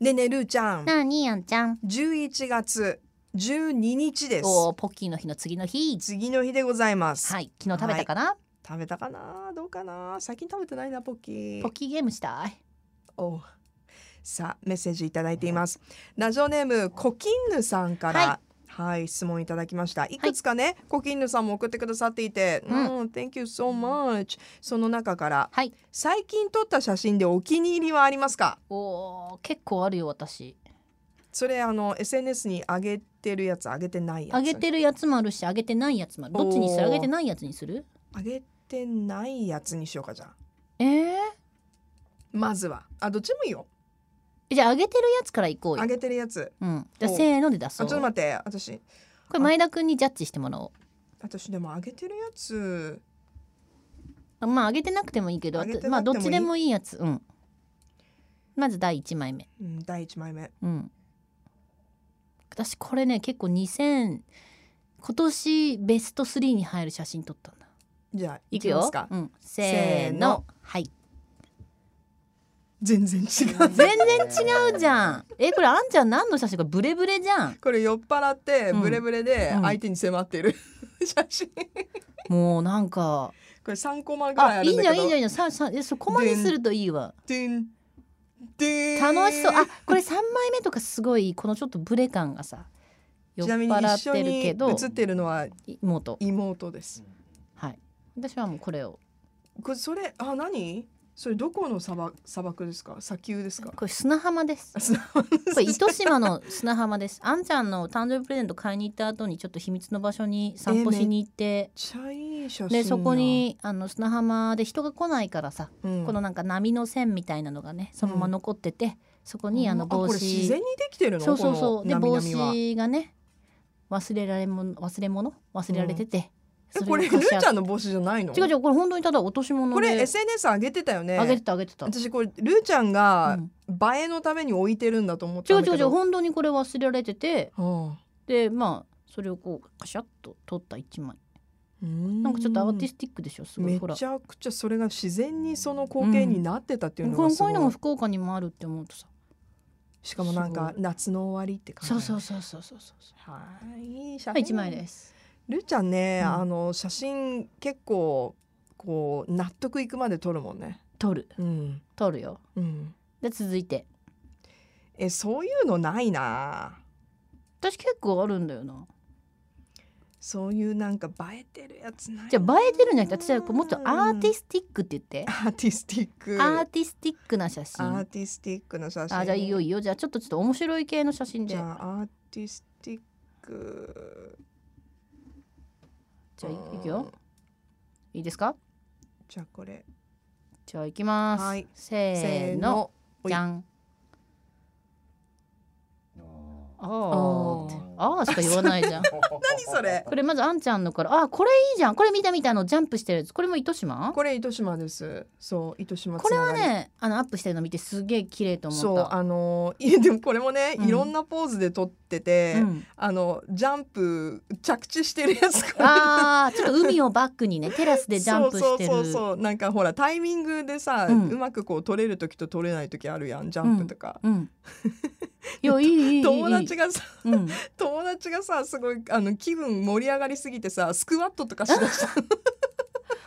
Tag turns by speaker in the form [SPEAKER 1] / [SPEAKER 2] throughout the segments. [SPEAKER 1] ねえねえるーちゃん
[SPEAKER 2] なあにーやんちゃん
[SPEAKER 1] 11月12日です
[SPEAKER 2] おーポッキーの日の次の日
[SPEAKER 1] 次の日でございます、
[SPEAKER 2] はい昨日食べたかな、
[SPEAKER 1] 食べたかなどうかな最近食べてないなポッキー
[SPEAKER 2] ポッキーゲームしたい
[SPEAKER 1] おさあメッセージいただいていますラジオネームコキンヌさんから
[SPEAKER 2] は
[SPEAKER 1] はい、質問いただきましたいくつかね、コキンヌさんも送ってくださっていて、う
[SPEAKER 2] うんん
[SPEAKER 1] Thank you so much その中から
[SPEAKER 2] はい
[SPEAKER 1] 最近撮った写真でお気に入りはありますか
[SPEAKER 2] おー結構あるよ私
[SPEAKER 1] それあの SNS に上げてるやつ上げてないやつ
[SPEAKER 2] あげてるやつもあるしあげてないやつもあるどっちにする
[SPEAKER 1] おー
[SPEAKER 2] あげてないやつにする
[SPEAKER 1] 上げてないやつにしようかじゃあ
[SPEAKER 2] えー、
[SPEAKER 1] まずはあどっちもいいよ
[SPEAKER 2] じゃああげてるやつからいこう
[SPEAKER 1] 上
[SPEAKER 2] よ、
[SPEAKER 1] げてるやつ
[SPEAKER 2] うん、じゃあ
[SPEAKER 1] お
[SPEAKER 2] せーので出
[SPEAKER 1] あ
[SPEAKER 2] そ
[SPEAKER 1] ちょ
[SPEAKER 2] う
[SPEAKER 1] っと待って私
[SPEAKER 2] これ前田君にジャッジしてもらおう
[SPEAKER 1] 私でも上げてるやつ
[SPEAKER 2] あまああげてなくてもいいけど
[SPEAKER 1] あげてなくてもいい
[SPEAKER 2] まあどっちでもいいやつうんまず第一枚目
[SPEAKER 1] うん第一枚目
[SPEAKER 2] うん私これね結構2000今年ベスト3に入る写真撮ったんだ
[SPEAKER 1] じゃあ
[SPEAKER 2] い
[SPEAKER 1] い
[SPEAKER 2] く
[SPEAKER 1] きま
[SPEAKER 2] よ
[SPEAKER 1] すか、
[SPEAKER 2] うん、せ
[SPEAKER 1] ーの
[SPEAKER 2] ーのはい
[SPEAKER 1] 全然違う
[SPEAKER 2] 全 然違うじゃんえこれあんちゃん何の写真かブレブレじゃん
[SPEAKER 1] これ酔っ払って
[SPEAKER 2] うん
[SPEAKER 1] ブレブレで
[SPEAKER 2] うん
[SPEAKER 1] 相手に迫ってる 写真こ
[SPEAKER 2] もうなんか
[SPEAKER 1] れ3コマぐらい
[SPEAKER 2] あ
[SPEAKER 1] あ
[SPEAKER 2] い
[SPEAKER 1] る
[SPEAKER 2] い
[SPEAKER 1] ん
[SPEAKER 2] じ
[SPEAKER 1] だ
[SPEAKER 2] ゃん
[SPEAKER 1] けど
[SPEAKER 2] いいじゃんいいじゃんささえそこまでするといいわ
[SPEAKER 1] てんてん
[SPEAKER 2] 楽しそうあこれ3枚目とかすごいこのちょっとブレ感がさ酔っ
[SPEAKER 1] ちなみに
[SPEAKER 2] 払
[SPEAKER 1] 一
[SPEAKER 2] っ
[SPEAKER 1] 緒
[SPEAKER 2] てる
[SPEAKER 1] に
[SPEAKER 2] けど
[SPEAKER 1] 写ってるのは
[SPEAKER 2] 妹
[SPEAKER 1] 妹です
[SPEAKER 2] はい私はもうこれを
[SPEAKER 1] これそれあ何それどこの砂漠砂漠ですか砂丘です か
[SPEAKER 2] これ砂浜です
[SPEAKER 1] 砂漠
[SPEAKER 2] これ糸島の砂浜です。あんちゃんの誕生日プレゼント買いに行った後にちょっと秘密の場所に散歩しに行っ
[SPEAKER 1] め
[SPEAKER 2] て、
[SPEAKER 1] っちゃいい写真
[SPEAKER 2] で
[SPEAKER 1] や
[SPEAKER 2] そこ、にあの砂浜で人が来ないからさ、
[SPEAKER 1] うん
[SPEAKER 2] このなんか波の線みたいなのがねそのまま残ってて、そこにあの
[SPEAKER 1] こ
[SPEAKER 2] 帽
[SPEAKER 1] れ自
[SPEAKER 2] 子、
[SPEAKER 1] 然にできてるの
[SPEAKER 2] そうそうそうで
[SPEAKER 1] この
[SPEAKER 2] 帽
[SPEAKER 1] 波々は
[SPEAKER 2] 子がね忘れられも忘れ物忘れられてて、
[SPEAKER 1] え
[SPEAKER 2] そ
[SPEAKER 1] これ
[SPEAKER 2] が
[SPEAKER 1] ル
[SPEAKER 2] 貸し合
[SPEAKER 1] ー
[SPEAKER 2] う
[SPEAKER 1] ちゃんの帽子じゃないの
[SPEAKER 2] 違う違うこれ本当にただ落とし物
[SPEAKER 1] これ
[SPEAKER 2] で
[SPEAKER 1] SNS 上げてたよね
[SPEAKER 2] あげてたあげてた。
[SPEAKER 1] 私これルーちゃん
[SPEAKER 2] う
[SPEAKER 1] が
[SPEAKER 2] ん
[SPEAKER 1] 映えのために置いてるんだと思っ
[SPEAKER 2] 違
[SPEAKER 1] た
[SPEAKER 2] うん
[SPEAKER 1] だ
[SPEAKER 2] 違う
[SPEAKER 1] け
[SPEAKER 2] 違
[SPEAKER 1] ど
[SPEAKER 2] う本当にこれ忘れられてて
[SPEAKER 1] はあ
[SPEAKER 2] でまあそれをこうカシャッと取った一枚。
[SPEAKER 1] う
[SPEAKER 2] なんかちょっとアーティスティックでしょすごいほ
[SPEAKER 1] め
[SPEAKER 2] ら
[SPEAKER 1] ちゃくちゃそれが自然にその光景になってたっていうの
[SPEAKER 2] こ
[SPEAKER 1] が
[SPEAKER 2] う
[SPEAKER 1] す
[SPEAKER 2] こう
[SPEAKER 1] ご
[SPEAKER 2] い
[SPEAKER 1] い、
[SPEAKER 2] うのも福岡にもあるって思うとさ
[SPEAKER 1] しかもなんか
[SPEAKER 2] す
[SPEAKER 1] 夏の終わりって感じ
[SPEAKER 2] そうそうそうそうそうそう
[SPEAKER 1] はいいい写
[SPEAKER 2] は
[SPEAKER 1] 真
[SPEAKER 2] い一枚です
[SPEAKER 1] ルーちゃんね、
[SPEAKER 2] うん
[SPEAKER 1] あの写真結構こう納得いくまで撮るもんね
[SPEAKER 2] 撮る
[SPEAKER 1] うん
[SPEAKER 2] 撮るよ
[SPEAKER 1] うん
[SPEAKER 2] で続いて
[SPEAKER 1] えそういうのないな
[SPEAKER 2] 私結構あるんだよな
[SPEAKER 1] そういうなんか映えてるやつないな
[SPEAKER 2] じゃあ映えてるんじゃなくて私はこうもっとアーティスティックって言って
[SPEAKER 1] アーティスティック
[SPEAKER 2] アーティスティックな写真
[SPEAKER 1] アー
[SPEAKER 2] あ
[SPEAKER 1] ティスティックの写真
[SPEAKER 2] じゃあいいよいいよじゃあちょっとちょっと面白い系の写真
[SPEAKER 1] じ
[SPEAKER 2] でじ
[SPEAKER 1] ゃ
[SPEAKER 2] ゃ
[SPEAKER 1] あアーティスティック
[SPEAKER 2] あいいく
[SPEAKER 1] う
[SPEAKER 2] よ
[SPEAKER 1] ん
[SPEAKER 2] いいですか
[SPEAKER 1] じゃあこれ
[SPEAKER 2] じゃあいきます、
[SPEAKER 1] はい
[SPEAKER 2] せーの
[SPEAKER 1] ほい
[SPEAKER 2] じゃんあ
[SPEAKER 1] ー
[SPEAKER 2] ーってあーしか言わないじゃん
[SPEAKER 1] 何それ
[SPEAKER 2] これまずあんちゃんのからあこれいいじゃんこれ見た見たあのジャンプしてるやつこれも糸島こ
[SPEAKER 1] これ糸島ですそう糸島
[SPEAKER 2] れ
[SPEAKER 1] つなが
[SPEAKER 2] は
[SPEAKER 1] り
[SPEAKER 2] ねあのアップしてるの見てすげえ綺麗と思った
[SPEAKER 1] そうあのいやでもこれもね、
[SPEAKER 2] うん
[SPEAKER 1] いろんなポーズで撮ってて、
[SPEAKER 2] うん
[SPEAKER 1] あのジャンプ着地してるやつ
[SPEAKER 2] あーちょっと海をバックにねテラスでジャンプしてる
[SPEAKER 1] そうそうそうそうなんかほらタイミングでさ、う
[SPEAKER 2] うん
[SPEAKER 1] まくこう撮れる時と撮れない時あるやんジャンプとか、
[SPEAKER 2] うん いやいいいいいい
[SPEAKER 1] 友達がさ
[SPEAKER 2] うん、
[SPEAKER 1] 友達がさすごいあの気分盛り上がりすぎてさスクワットとかしだし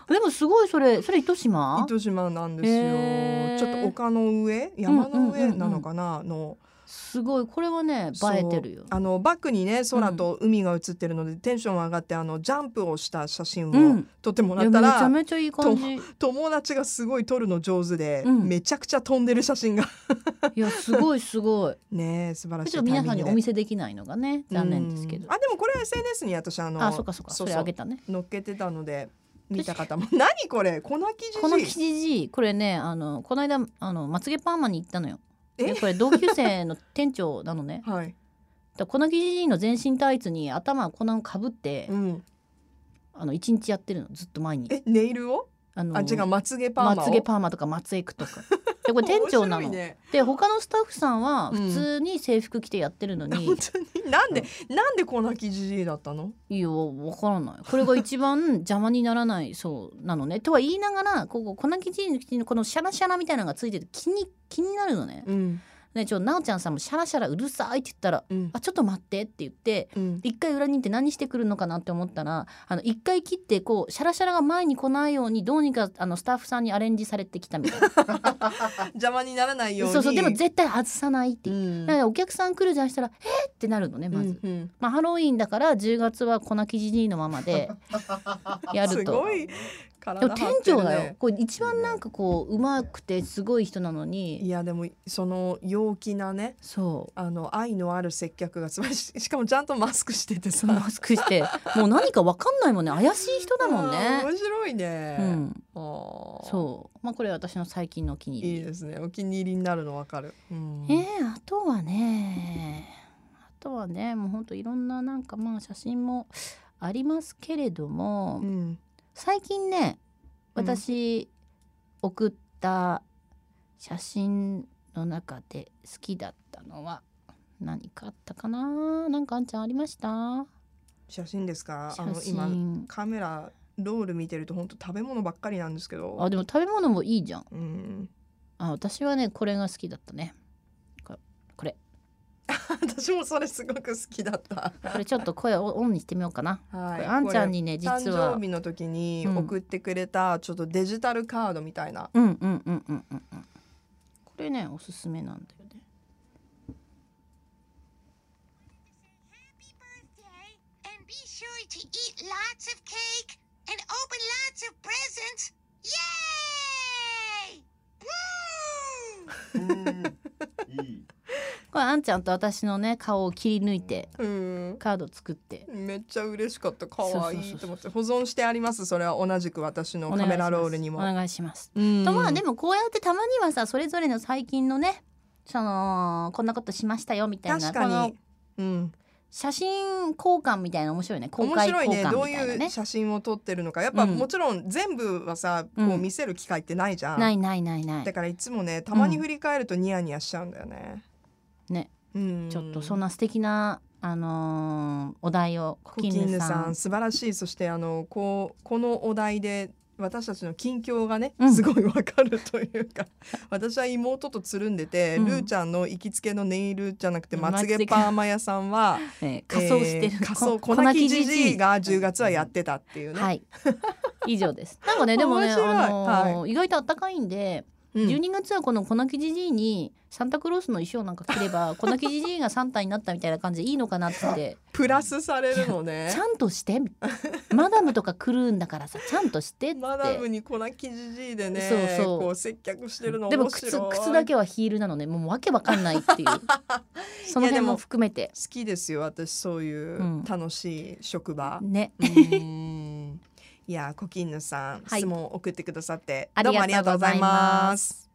[SPEAKER 1] た
[SPEAKER 2] でもすごいそれそれ糸島
[SPEAKER 1] 糸島なんですよ、
[SPEAKER 2] へー
[SPEAKER 1] ちょっと丘の上山の
[SPEAKER 2] うんうん
[SPEAKER 1] 上
[SPEAKER 2] うんうん
[SPEAKER 1] なのかな、の
[SPEAKER 2] すごいこれはね
[SPEAKER 1] そう
[SPEAKER 2] 映えてるよ
[SPEAKER 1] あのバックにね空と海が映ってるので、テンション上がってあのジャンプをした写真
[SPEAKER 2] う
[SPEAKER 1] を
[SPEAKER 2] ん
[SPEAKER 1] 撮っても
[SPEAKER 2] い
[SPEAKER 1] ら
[SPEAKER 2] や
[SPEAKER 1] っ
[SPEAKER 2] め
[SPEAKER 1] たら、
[SPEAKER 2] ちゃめちゃいい感じ
[SPEAKER 1] 友達がすごい撮るの上手で、
[SPEAKER 2] うん
[SPEAKER 1] めちゃくちゃ飛んでる写 真が
[SPEAKER 2] いやすごいす ごい
[SPEAKER 1] ねえ素晴らし
[SPEAKER 2] ち
[SPEAKER 1] い
[SPEAKER 2] ょ
[SPEAKER 1] タイ
[SPEAKER 2] っと
[SPEAKER 1] ミングで
[SPEAKER 2] 皆さんにお見せできないのがね残念ですけど
[SPEAKER 1] うんあでもこれは SNS に私あの
[SPEAKER 2] あそっかそっかそれあげたね
[SPEAKER 1] 乗っけてたので見た方も 何これ粉木じじい
[SPEAKER 2] このキジジイこれねあのこの間あのまつげパーマに行ったのよ。
[SPEAKER 1] え。
[SPEAKER 2] でこれ同級生の店長なのね
[SPEAKER 1] はい、
[SPEAKER 2] だこのキジジイの全身タイツに頭こんなのかぶって、
[SPEAKER 1] うん、
[SPEAKER 2] あの一日やってるのずっと前に。
[SPEAKER 1] えネイルを
[SPEAKER 2] あの
[SPEAKER 1] あ違うまつげパーマを
[SPEAKER 2] まつげパーマとかまつエクとか。でこれ店長な
[SPEAKER 1] 面白い
[SPEAKER 2] の。
[SPEAKER 1] ね
[SPEAKER 2] で他のスタッフさんは
[SPEAKER 1] うん
[SPEAKER 2] 普通に制服着てやってるのに、
[SPEAKER 1] 本当になんで、なんでこんな記事だったの？
[SPEAKER 2] いやわからないこれが一番邪魔にならないそうなのねとは言いながらここ粉キジイのこのシャラシャラみたいなのがついてて気に気になるのね。
[SPEAKER 1] うん。
[SPEAKER 2] ねちょなおちゃんさんもシャラシャラうるさいって言ったら
[SPEAKER 1] うん
[SPEAKER 2] あちょっと待ってって言って
[SPEAKER 1] うん
[SPEAKER 2] 一回裏に行って何してくるのかなって思ったらあの一回切ってこうシャラシャラが前に来ないようにどうにかあのスタッフさんにアレンジされてきたみたい な
[SPEAKER 1] 邪魔にならないように
[SPEAKER 2] そうそうでも絶対外さないって
[SPEAKER 1] う
[SPEAKER 2] いう、
[SPEAKER 1] ん
[SPEAKER 2] だからお客さん来るじゃんしたら「えっ!」ってなるのねまず。
[SPEAKER 1] うんうん
[SPEAKER 2] まあ、ハロウィンだから10月は粉生地のまま でやる
[SPEAKER 1] す
[SPEAKER 2] と
[SPEAKER 1] ごい
[SPEAKER 2] で
[SPEAKER 1] 体
[SPEAKER 2] も
[SPEAKER 1] 張
[SPEAKER 2] 店
[SPEAKER 1] ってる
[SPEAKER 2] 長だよ
[SPEAKER 1] ね
[SPEAKER 2] これ一番なんかこううまくてすごい人なの
[SPEAKER 1] い
[SPEAKER 2] に
[SPEAKER 1] やでもその陽気なね
[SPEAKER 2] そう
[SPEAKER 1] あの愛のある接客が素晴らしいしかもちゃんとマスクしててさ
[SPEAKER 2] そのマスクしてもう何かわかんないもんね怪しい人だもん
[SPEAKER 1] あー
[SPEAKER 2] ね
[SPEAKER 1] 面白いうね、
[SPEAKER 2] ん
[SPEAKER 1] あー
[SPEAKER 2] そうまあこれは私の最近のお気に入
[SPEAKER 1] い
[SPEAKER 2] り
[SPEAKER 1] いですねお気に入りになるのわかる、うん
[SPEAKER 2] えーあとはねあとはねもうほんといろんななんかまあ写真もありますけれども、
[SPEAKER 1] うん
[SPEAKER 2] 最近ね
[SPEAKER 1] うん
[SPEAKER 2] 私送った写真の中で好きだったのは何かあったかななんかあんちゃんありました
[SPEAKER 1] 写真ですかあ
[SPEAKER 2] 写
[SPEAKER 1] の今
[SPEAKER 2] 真
[SPEAKER 1] カメラロール見てると本当食べ物ばっかりなんですけ
[SPEAKER 2] あ
[SPEAKER 1] ど
[SPEAKER 2] でも食べ物もいいじゃん
[SPEAKER 1] うん、
[SPEAKER 2] あ私はねこれが好きだったね
[SPEAKER 1] 私もそれすごく好きだった。
[SPEAKER 2] これちょっと声をオンにしてみようかな、こ
[SPEAKER 1] はい、
[SPEAKER 2] れあんちゃん
[SPEAKER 1] こ
[SPEAKER 2] にね
[SPEAKER 1] れ
[SPEAKER 2] 実
[SPEAKER 1] 誕
[SPEAKER 2] は
[SPEAKER 1] 生日の時に
[SPEAKER 2] うん
[SPEAKER 1] 送ってくれたちょっとデジタルカードみたいな、
[SPEAKER 2] うんうんうんうんうんうんこれねおすすめなんだよね
[SPEAKER 3] birthday, and be sure to eat lots of cake and open lots of presents. Yay! Woo!
[SPEAKER 4] いい。
[SPEAKER 2] これあんちゃんと私のね顔を切り抜いて
[SPEAKER 1] うん、
[SPEAKER 2] カード作って
[SPEAKER 1] めっちゃ嬉しかった可愛
[SPEAKER 2] そうそうそうそ
[SPEAKER 1] いうと思って保存してありますそれは同じく私のカメラロールにも
[SPEAKER 2] お。願いします
[SPEAKER 1] うん
[SPEAKER 2] とまあでもこうやってたまにはさそれぞれの最近のねそのこんなことしましたよみたいな
[SPEAKER 1] 確か
[SPEAKER 2] この
[SPEAKER 1] に、うん、
[SPEAKER 2] 写真交換みたいな面白いね公
[SPEAKER 1] 面
[SPEAKER 2] 開
[SPEAKER 1] 白い
[SPEAKER 2] 交
[SPEAKER 1] ね
[SPEAKER 2] 換
[SPEAKER 1] どう
[SPEAKER 2] みたいなね
[SPEAKER 1] いう写真を撮ってるのかやっぱ
[SPEAKER 2] うん
[SPEAKER 1] もちろん全部はさ、こ
[SPEAKER 2] う
[SPEAKER 1] うん見せる機会ってないじゃん。
[SPEAKER 2] ないないないない
[SPEAKER 1] だからいつもねたまに振り返るとニヤニヤしちゃうんだよね。
[SPEAKER 2] ね、
[SPEAKER 1] うん、
[SPEAKER 2] ちょっとそんな素敵なあのーお題をコ
[SPEAKER 1] コ
[SPEAKER 2] キ
[SPEAKER 1] キ
[SPEAKER 2] ン
[SPEAKER 1] ン
[SPEAKER 2] ヌ
[SPEAKER 1] ヌ
[SPEAKER 2] さ
[SPEAKER 1] さ
[SPEAKER 2] ん
[SPEAKER 1] ん素晴らしいそしてあのこうこのお題で私たちの近況がね、
[SPEAKER 2] うん
[SPEAKER 1] すごいわかるというか 私は妹とつるんでて、
[SPEAKER 2] うん
[SPEAKER 1] ルーちゃんの行きつけのネイルじゃなくてまつ
[SPEAKER 2] まつげ
[SPEAKER 1] げパーマ屋さんは
[SPEAKER 2] えー 仮装してる、
[SPEAKER 1] えー仮装
[SPEAKER 2] こ
[SPEAKER 1] 粉木じじいが10月はやってたっていうね、
[SPEAKER 2] はい以 上ですなんかねでもね、
[SPEAKER 1] 面
[SPEAKER 2] あ
[SPEAKER 1] 白い
[SPEAKER 2] のー意外と暖かいんで、
[SPEAKER 1] うん
[SPEAKER 2] 12月はこの粉木じじいにサンタクロースの衣装なんか着 れば粉木じじいがサンタになったみたいな感じでいいのかなって
[SPEAKER 1] プラスされるのね
[SPEAKER 2] ちゃんとして みたいなマダムとか来るんだからさちゃんとしてって
[SPEAKER 1] マダムに粉木じじいでね
[SPEAKER 2] そうそう
[SPEAKER 1] こう接客してるの
[SPEAKER 2] でも
[SPEAKER 1] 面白い
[SPEAKER 2] 靴靴だけはヒールなのねもうわけわかんな いっていうその
[SPEAKER 1] いやで
[SPEAKER 2] 辺も
[SPEAKER 1] も
[SPEAKER 2] 含めて
[SPEAKER 1] 好きですよ私そういううん楽しい職場、
[SPEAKER 2] ね
[SPEAKER 1] うー んいやーコキンヌさん、
[SPEAKER 2] はい
[SPEAKER 1] 質問を送ってくださって
[SPEAKER 2] あ
[SPEAKER 1] どうもあり
[SPEAKER 2] りが
[SPEAKER 1] が
[SPEAKER 2] と
[SPEAKER 1] と
[SPEAKER 2] う
[SPEAKER 1] うござ
[SPEAKER 2] ござい
[SPEAKER 1] い
[SPEAKER 2] ま
[SPEAKER 1] ます。